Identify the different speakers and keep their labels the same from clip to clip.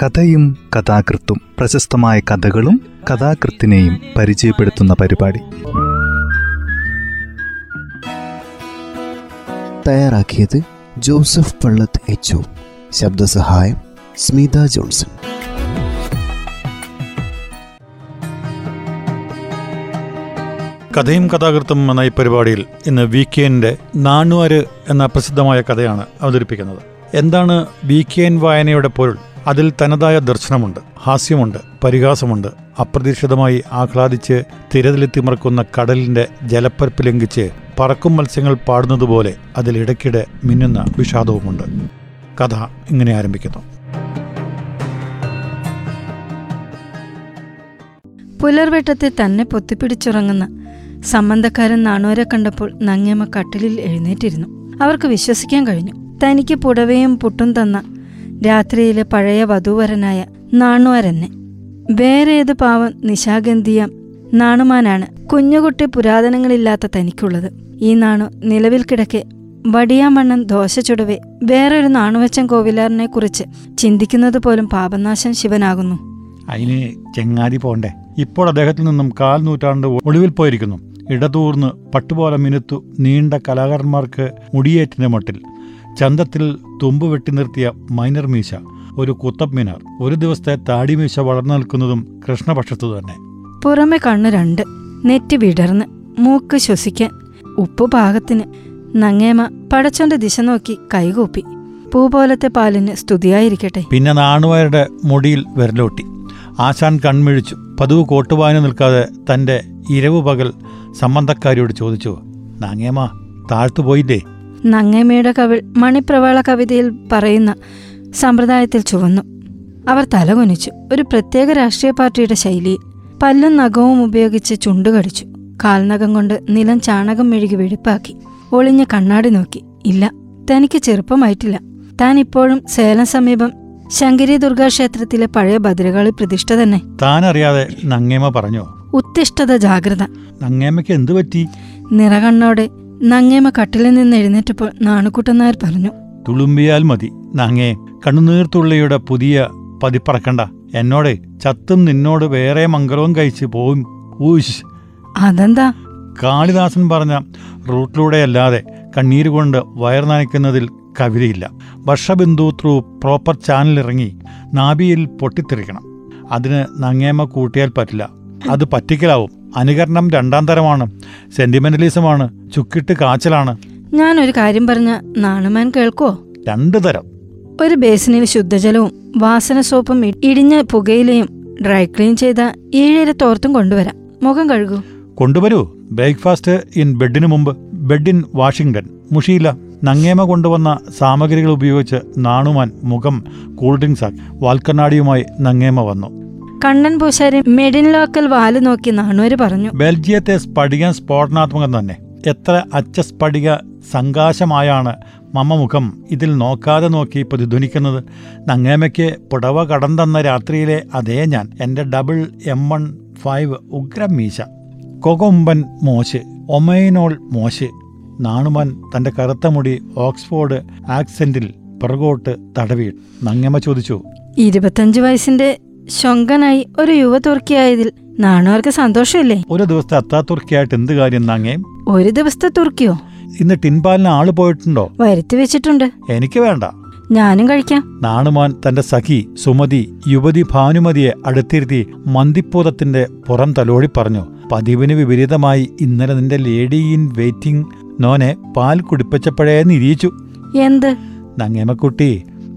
Speaker 1: കഥയും കഥാകൃത്തും പ്രശസ്തമായ കഥകളും കഥാകൃത്തിനെയും പരിചയപ്പെടുത്തുന്ന പരിപാടി
Speaker 2: തയ്യാറാക്കിയത് ജോസഫ് പള്ളത്ത് എച്ച് ശബ്ദസഹായം സ്മിത ജോൺസൺ
Speaker 3: കഥയും കഥാകൃത്തും എന്ന ഈ പരിപാടിയിൽ ഇന്ന് വി കെ എൻ്റെ നാണുവര് എന്ന പ്രസിദ്ധമായ കഥയാണ് അവതരിപ്പിക്കുന്നത് എന്താണ് വി കെ എൻ വായനയുടെ പൊരുൾ അതിൽ തനതായ ദർശനമുണ്ട് ഹാസ്യമുണ്ട് പരിഹാസമുണ്ട് അപ്രതീക്ഷിതമായി ആഹ്ലാദിച്ച് തിരതിലെത്തിമറക്കുന്ന കടലിൻ്റെ ജലപ്പരപ്പ് ലംഘിച്ച് പറക്കും മത്സ്യങ്ങൾ പാടുന്നതുപോലെ അതിലിടയ്ക്കിടെ മിന്നുന്ന വിഷാദവുമുണ്ട് കഥ ഇങ്ങനെ ആരംഭിക്കുന്നു
Speaker 4: പുലർവെട്ടത്തെ തന്നെ പൊത്തിപ്പിടിച്ചുറങ്ങുന്ന സംബന്ധക്കാരൻ നാണോരെ കണ്ടപ്പോൾ നങ്ങിയമ്മ കട്ടിലിൽ എഴുന്നേറ്റിരുന്നു അവർക്ക് വിശ്വസിക്കാൻ കഴിഞ്ഞു തനിക്ക് പുടവയും പുട്ടും തന്ന രാത്രിയിലെ പഴയ വധൂവരനായ നാണുവരനെ വേറെ ഏത് പാവം നിശാഗന്ധിയ നാണുമാനാണ് കുഞ്ഞുകുട്ടി പുരാതനങ്ങളില്ലാത്ത തനിക്കുള്ളത് ഈ നാണു നിലവിൽ കിടക്കെ വടിയാമണ്ണൻ ദോശ ചുടവേ വേറൊരു നാണുവച്ചൻ കോവിലാറിനെ കുറിച്ച് ചിന്തിക്കുന്നത് പോലും പാപനാശം ശിവനാകുന്നു
Speaker 3: അതിന് ചെങ്ങാതി പോണ്ടേ ഇപ്പോൾ അദ്ദേഹത്തിൽ നിന്നും കാൽ നൂറ്റാണ്ട് ഒളിവിൽ പോയിരിക്കുന്നു ഇടതൂർന്ന് പട്ടുപോലെ മിനുത്തു നീണ്ട കലാകാരന്മാർക്ക് മുടിയേറ്റിൻ്റെ മട്ടിൽ ചന്തത്തിൽ തുമ്പ് വെട്ടി നിർത്തിയ മൈനർ മീശ ഒരു കുത്തബ് മിനാർ ഒരു ദിവസത്തെ താടിമീശ വളർന്നു നിൽക്കുന്നതും കൃഷ്ണപക്ഷത്തു തന്നെ
Speaker 4: പുറമെ കണ്ണു രണ്ട് നെറ്റി വിടർന്ന് മൂക്ക് ശ്വസിക്കാൻ ഉപ്പ് പാകത്തിന് നങ്ങേമ പടച്ചോന്റെ ദിശ നോക്കി കൈകൂപ്പി പൂ പോലത്തെ പാലിന് സ്തുതിയായിരിക്കട്ടെ
Speaker 3: പിന്നെ നാണുവാരുടെ മുടിയിൽ വിരലോട്ടി ആശാൻ കൺമിഴിച്ചു പതിവ് കോട്ടുവായന നിൽക്കാതെ തൻ്റെ ഇരവ് പകൽ സംബന്ധക്കാരിയോട് ചോദിച്ചു നാങ്ങേമ്മ താഴ്ത്തു പോയില്ലേ
Speaker 4: നങ്ങേമയുടെ കവിൾ മണിപ്രവാള കവിതയിൽ പറയുന്ന സമ്പ്രദായത്തിൽ ചുവന്നു അവർ തലകുനിച്ചു ഒരു പ്രത്യേക രാഷ്ട്രീയ പാർട്ടിയുടെ ശൈലിയിൽ പല്ലും നഖവും ഉപയോഗിച്ച് ചുണ്ടുകടിച്ചു കാൽനഖം കൊണ്ട് നിലം ചാണകം മെഴുകി വെടിപ്പാക്കി ഒളിഞ്ഞ കണ്ണാടി നോക്കി ഇല്ല തനിക്ക് ചെറുപ്പമായിട്ടില്ല താൻ ഇപ്പോഴും സേലം സമീപം ശങ്കരി ദുർഗാ ക്ഷേത്രത്തിലെ പഴയ ഭദ്രകാളി പ്രതിഷ്ഠ തന്നെ
Speaker 3: താനറിയാതെ നങ്ങേമ്മ പറഞ്ഞോ
Speaker 4: ഉത്തിഷ്ഠത ജാഗ്രത
Speaker 3: നങ്ങേമ്മയ്ക്ക് എന്തു പറ്റി
Speaker 4: നിറകണ്ണോടെ നങ്ങേമ കട്ടിലിൽ നിന്ന് എഴുന്നേറ്റപ്പോൾ നാണുക്കുട്ടൻ നായർ പറഞ്ഞു
Speaker 3: തുളുമ്പിയാൽ മതി നങ്ങേ കണ്ണുനീർത്തുള്ളിയുടെ പുതിയ പതിപ്പറക്കണ്ട എന്നോട് ചത്തും നിന്നോട് വേറെ മംഗലവും കഴിച്ച് പോവും ഊശ്
Speaker 4: അതെന്താ
Speaker 3: കാളിദാസൻ പറഞ്ഞ റൂട്ടിലൂടെയല്ലാതെ കണ്ണീര് കൊണ്ട് വയർ നനയ്ക്കുന്നതിൽ കവിതയില്ല വർഷബിന്ദു ത്രൂ പ്രോപ്പർ ചാനൽ ഇറങ്ങി നാഭിയിൽ പൊട്ടിത്തെറിക്കണം അതിന് നങ്ങേമ്മ കൂട്ടിയാൽ പറ്റില്ല അത് പറ്റിക്കലാവും അനുകരണം രണ്ടാം തരമാണ് സെന്റിമെന്റലിസമാണ് ചുക്കിട്ട് കാച്ചലാണ്
Speaker 4: ഞാനൊരു കാര്യം പറഞ്ഞ നാണുമാൻ കേൾക്കോ
Speaker 3: രണ്ട് തരം
Speaker 4: ഒരു ബേസിനിൽ ശുദ്ധജലവും വാസന സോപ്പും ഇ- ഇടിഞ്ഞ പുകയിലയും ഡ്രൈ ക്ലീൻ ചെയ്ത ഏഴര തോർത്തും കൊണ്ടുവരാം മുഖം കഴുകൂ
Speaker 3: കൊണ്ടുവരൂ ബ്രേക്ക്ഫാസ്റ്റ് ഇൻ ബെഡിന് മുമ്പ് ബെഡ് ഇൻ വാഷിംഗ്ടൺ മുഷിയില്ല നങ്ങേമ കൊണ്ടുവന്ന സാമഗ്രികൾ ഉപയോഗിച്ച് നാണുമാൻ മുഖം കൂൾ ഡ്രിങ്ക്സ് ആക്കി വാൽക്കണ്ണാടിയുമായി നങ്ങേമ വന്നു
Speaker 4: കണ്ണൻ പൂശാരി മെഡിൻ ലോക്കൽ വാല് നോക്കി നാണൂര് പറഞ്ഞു
Speaker 3: ബെൽജിയത്തെ സ്ഫടികം സ്ഫോടനാത്മകം തന്നെ എത്ര അച്ചസ്ഫടിക സംകാശമായാണ് മമ്മമുഖം ഇതിൽ നോക്കാതെ നോക്കി പ്രതിധ്വനിക്കുന്നത് നങ്ങേമയ്ക്ക് പുടവ കടം തന്ന രാത്രിയിലെ അതേ ഞാൻ എൻ്റെ ഡബിൾ എം വൺ ഫൈവ് ഉഗ്രം മീശ കൊകൊമ്പൻ മോശ് ഒമൈനോൾ മോശ് നാണുമാൻ തൻ്റെ കറുത്ത മുടി ഓക്സ്ഫോർഡ് ആക്സെൻറ്റിൽ പിറകോട്ട് തടവിയിട്ടു നങ്ങേമ ചോദിച്ചു
Speaker 4: ഇരുപത്തഞ്ച് വയസ്സിന്റെ ശൊങ്കനായി ഒരു യുവ തുർക്കിയായതിൽ നാണുവർക്ക് സന്തോഷമില്ലേ
Speaker 3: ഒരു ദിവസത്തെ അത്താത്തുർക്കിയായിട്ട് എന്ത് കാര്യം നങ്ങേം
Speaker 4: ഒരു ദിവസത്തെ തുർക്കിയോ
Speaker 3: ഇന്ന് ടിൻപാലിന് ആള് പോയിട്ടുണ്ടോ
Speaker 4: വരുത്തി വെച്ചിട്ടുണ്ട്
Speaker 3: എനിക്ക് വേണ്ട
Speaker 4: ഞാനും കഴിക്കാം
Speaker 3: നാണുമാൻ തന്റെ സഖി സുമതി യുവതി ഭാനുമതിയെ അടുത്തിരുത്തി മന്തിപ്പൂതത്തിന്റെ പുറം തലോടി പറഞ്ഞു പതിവിന് വിപരീതമായി ഇന്നലെ നിന്റെ ലേഡി ഇൻ വെയിറ്റിംഗ് നോനെ പാൽ കുടിപ്പിച്ചപ്പോഴേ നിരീച്ചു
Speaker 4: എന്ത്
Speaker 3: നങ്ങേമക്കുട്ടി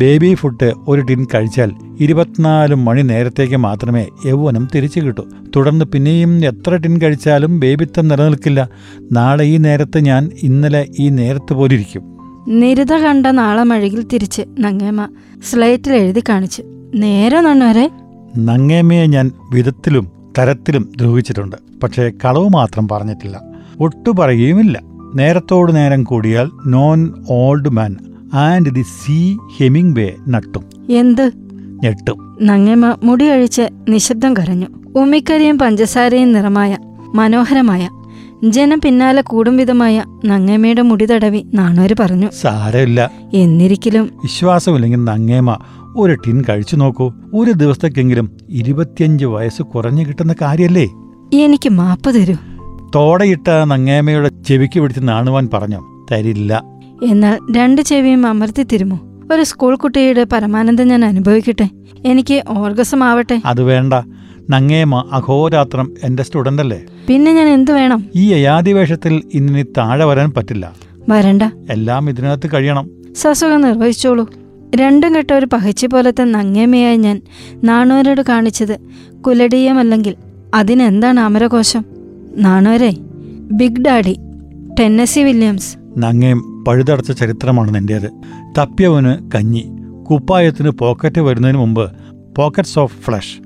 Speaker 3: ബേബി ഫുഡ് ഒരു ടിൻ കഴിച്ചാൽ ഇരുപത്തിനാല് മണി നേരത്തേക്ക് മാത്രമേ യൗവനം തിരിച്ചു കിട്ടൂ തുടർന്ന് പിന്നെയും എത്ര ടിൻ കഴിച്ചാലും ബേബിത്തം നിലനിൽക്കില്ല നാളെ ഈ നേരത്ത് ഞാൻ ഇന്നലെ ഈ നേരത്ത് പോലിരിക്കും
Speaker 4: നിരുത കണ്ട നാളെ മഴകിൽ തിരിച്ച് നങ്ങേമ്മ സ്ലേറ്റിൽ എഴുതി കാണിച്ചു നേരെ നണ്ണവരെ
Speaker 3: നങ്ങേമയെ ഞാൻ വിധത്തിലും തരത്തിലും ദ്രോഹിച്ചിട്ടുണ്ട് പക്ഷേ കളവ് മാത്രം പറഞ്ഞിട്ടില്ല ഒട്ടു പറയുകയുമില്ല നേരത്തോട് നേരം കൂടിയാൽ നോൺ old man and the sea Hemingway നട്ടും
Speaker 4: എന്ത്
Speaker 3: ഞെട്ടും
Speaker 4: നങ്ങേമ്മ മുടി അഴിച്ച് നിശബ്ദം കരഞ്ഞു ഉമ്മിക്കരിയും പഞ്ചസാരയും നിറമായ മനോഹരമായ ജനം പിന്നാലെ കൂടും വിധമായ നങ്ങേമ്മയുടെ മുടി തടവി നാണോര് പറഞ്ഞു
Speaker 3: സാരമില്ല
Speaker 4: എന്നിരിക്കലും
Speaker 3: വിശ്വാസമില്ലെങ്കിൽ നങ്ങേമ ഒരു ടിൻ കഴിച്ചു നോക്കൂ ഒരു ദിവസത്തേക്കെങ്കിലും ഇരുപത്തിയഞ്ച് വയസ്സ് കുറഞ്ഞു കിട്ടുന്ന കാര്യമല്ലേ
Speaker 4: എനിക്ക് മാപ്പ് തരൂ
Speaker 3: തോടയിട്ട നങ്ങേമയുടെ ചെവിക്ക് പിടിച്ച് നാണുവാൻ പറഞ്ഞു തരില്ല
Speaker 4: എന്നാൽ രണ്ട് ചെവിയും അമർത്തി തിരുമോ ഒരു സ്കൂൾ കുട്ടിയുടെ പരമാനന്ദം ഞാൻ അനുഭവിക്കട്ടെ എനിക്ക് ഓർഗസം ആവട്ടെ
Speaker 3: അത് വേണ്ട നങ്ങേമ അഹോരാത്രം എൻ്റെ സ്റ്റുഡൻ്റ് അല്ലേ
Speaker 4: പിന്നെ ഞാൻ എന്തു വേണം
Speaker 3: ഈ യയാതിവേഷത്തിൽ ഇന്നിനി താഴെ വരാൻ പറ്റില്ല
Speaker 4: വരണ്ട
Speaker 3: എല്ലാം ഇതിനകത്ത് കഴിയണം
Speaker 4: സസുഖം നിർവഹിച്ചോളൂ രണ്ടും കെട്ട ഒരു പഹച്ചി പോലത്തെ നങ്ങേമയായി ഞാൻ നാണോരോട് കാണിച്ചത് കുലടീയമല്ലെങ്കിൽ അതിനെന്താണ് അമരകോശം നാണോരെ ബിഗ് ഡാഡി ടെന്നസി വില്യംസ്
Speaker 3: നങ്ങേം പഴുതടച്ച ചരിത്രമാണ് നിൻ്റേത് തപ്പിയവന് കഞ്ഞി കുപ്പായത്തിന് പോക്കറ്റ് വരുന്നതിന് മുമ്പ് പോക്കറ്റ്സ് ഓഫ് ഫ്ലഷ്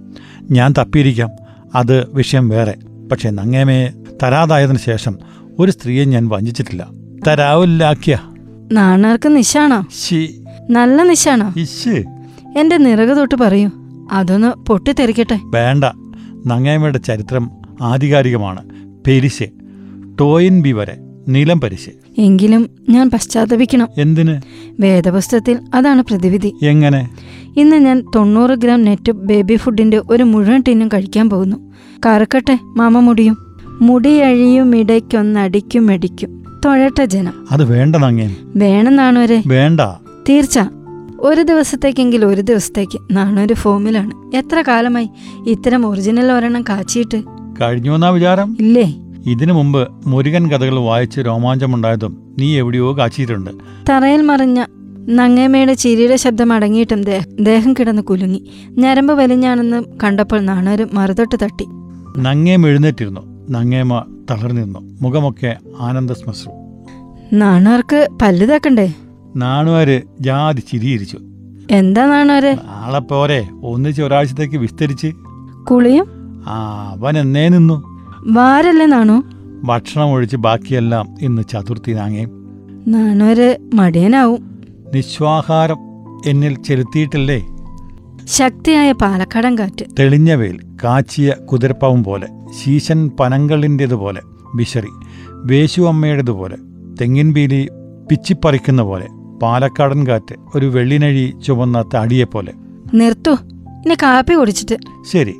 Speaker 3: ഞാൻ തപ്പിയിരിക്കാം അത് വിഷയം വേറെ പക്ഷേ നങ്ങേമയെ തരാതായതിനു ശേഷം ഒരു സ്ത്രീയെ ഞാൻ വഞ്ചിച്ചിട്ടില്ല തരാവില്ലാക്കിയ
Speaker 4: നാണാർക്ക് നിശാണോ
Speaker 3: ശി
Speaker 4: നല്ല നിശാണോ
Speaker 3: ഇശ്
Speaker 4: എന്റെ നിറക് തൊട്ട് പറയൂ അതൊന്ന് പൊട്ടിത്തെറിക്കട്ടെ
Speaker 3: വേണ്ട നങ്ങേമയുടെ ചരിത്രം ആധികാരികമാണ് പെരിശ് ടോയിൻ ബി വരെ നീലം പരിശ്
Speaker 4: എങ്കിലും ഞാൻ പശ്ചാത്തപിക്കണം
Speaker 3: എന്തിന്
Speaker 4: വേദപുസ്തകത്തിൽ അതാണ് പ്രതിവിധി
Speaker 3: എങ്ങനെ
Speaker 4: ഇന്ന് ഞാൻ തൊണ്ണൂറ് ഗ്രാം നെറ്റ് ബേബി ഫുഡിന്റെ ഒരു മുഴുവൻ ടിന്നും കഴിക്കാൻ പോകുന്നു കറക്കട്ടെ മാമ മുടിയും മുടിയഴിയും ഇടയ്ക്കൊന്നടിക്കും മെടിക്കും തൊഴട്ടെ ജനം
Speaker 3: അത് വേണ്ട നങ്ങേം
Speaker 4: വേണമെന്നാണോരെ
Speaker 3: വേണ്ട
Speaker 4: തീർച്ച ഒരു ദിവസത്തേക്കെങ്കിൽ ഒരു ദിവസത്തേക്ക് നാണൊരു ഫോമിലാണ് എത്ര കാലമായി ഇത്തരം ഒറിജിനൽ ഒരെണ്ണം കാച്ചിയിട്ട്
Speaker 3: കഴിഞ്ഞു എന്നാ വിചാരം
Speaker 4: ഇല്ലേ
Speaker 3: ഇതിനു മുമ്പ് മുരുകൻ കഥകൾ വായിച്ച് രോമാഞ്ചമുണ്ടായതും നീ എവിടെയോ കാച്ചിയിട്ടുണ്ട്
Speaker 4: തറയിൽ മറിഞ്ഞ നങ്ങേമ്മയുടെ ചിരിയുടെ ശബ്ദം അടങ്ങിയിട്ടും ദേ- ദേഹം കിടന്ന് കുലുങ്ങി ഞരമ്പ് വലിഞ്ഞാണെന്ന് കണ്ടപ്പോൾ നാണൊരു മറുതൊട്ട് തട്ടി
Speaker 3: നങ്ങേം എഴുന്നേറ്റിരുന്നു നങ്ങേമ തളർന്നിരുന്നു മുഖമൊക്കെ ആനന്ദശ്മശ്രു
Speaker 4: നാണാർക്ക് പല്ല് തേക്കണ്ടേ
Speaker 3: നാണുവാര് ജാതി ചിരിയിരിച്ചു
Speaker 4: എന്താ നാണോരെ
Speaker 3: നാളെ പോരെ ഒന്നിച്ച് ഒരാഴ്ചത്തേക്ക് വിസ്തരിച്ച്
Speaker 4: കുളിയും
Speaker 3: ആ അവൻ എന്നേ നിന്നു
Speaker 4: വാരല്ലേ നാണു
Speaker 3: ഭക്ഷണം ഒഴിച്ച് ബാക്കിയെല്ലാം ഇന്ന് ചതുർത്ഥി നാങ്ങേം
Speaker 4: നാണോര് മടിയനാവും
Speaker 3: നിശ്വാഹാരം എന്നിൽ ചെലുത്തിയിട്ടല്ലേ
Speaker 4: ശക്തിയായ പാലക്കാടൻ കാറ്റ്
Speaker 3: തെളിഞ്ഞ വെയിൽ കാച്ചിയ കുതിരപ്പാവും പോലെ ശീശൻ പനങ്കളിൻ്റേതുപോലെ വിശറി വേശു അമ്മയുടേതുപോലെ തെങ്ങിൻ പീലി പിച്ചിപ്പറിക്കുന്ന പോലെ പാലക്കാടൻ കാറ്റ് ഒരു വെള്ളിനഴി ചുവന്ന താടിയെപ്പോലെ
Speaker 4: നിർത്തു ഇനി കാപ്പി കുടിച്ചിട്ട്
Speaker 3: ശരി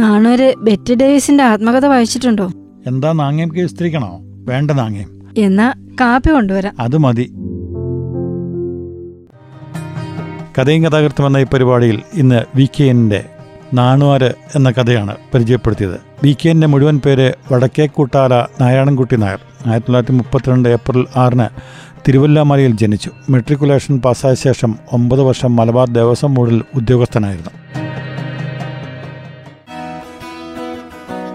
Speaker 4: നാണോര് ബെറ്റി ഡേവിസിന്റെ ആത്മകഥ വായിച്ചിട്ടുണ്ടോ
Speaker 3: എന്താ നാങ്ങേംക്ക് വിസ്തരിക്കണോ വേണ്ട നാങ്ങേം
Speaker 4: എന്നാ കാപ്പി കൊണ്ടുവരാം
Speaker 3: അത് മതി കഥയും കഥാകൃത്തും എന്ന ഈ പരിപാടിയിൽ ഇന്ന് വി കെ എൻ്റെ നാണുവാര് എന്ന കഥയാണ് പരിചയപ്പെടുത്തിയത് വി കെ എൻ്റെ മുഴുവൻ പേര് വടക്കേക്കൂട്ടാല നാരായണൻകുട്ടി നായർ ആയിരത്തി തൊള്ളായിരത്തി മുപ്പത്തിരണ്ട് ഏപ്രിൽ ആറിന് തിരുവല്ലാമലയിൽ ജനിച്ചു മെട്രിക്കുലേഷൻ പാസ്സായ ശേഷം ഒമ്പത് വർഷം മലബാർ ദേവസ്വം ബോർഡിൽ ഉദ്യോഗസ്ഥനായിരുന്നു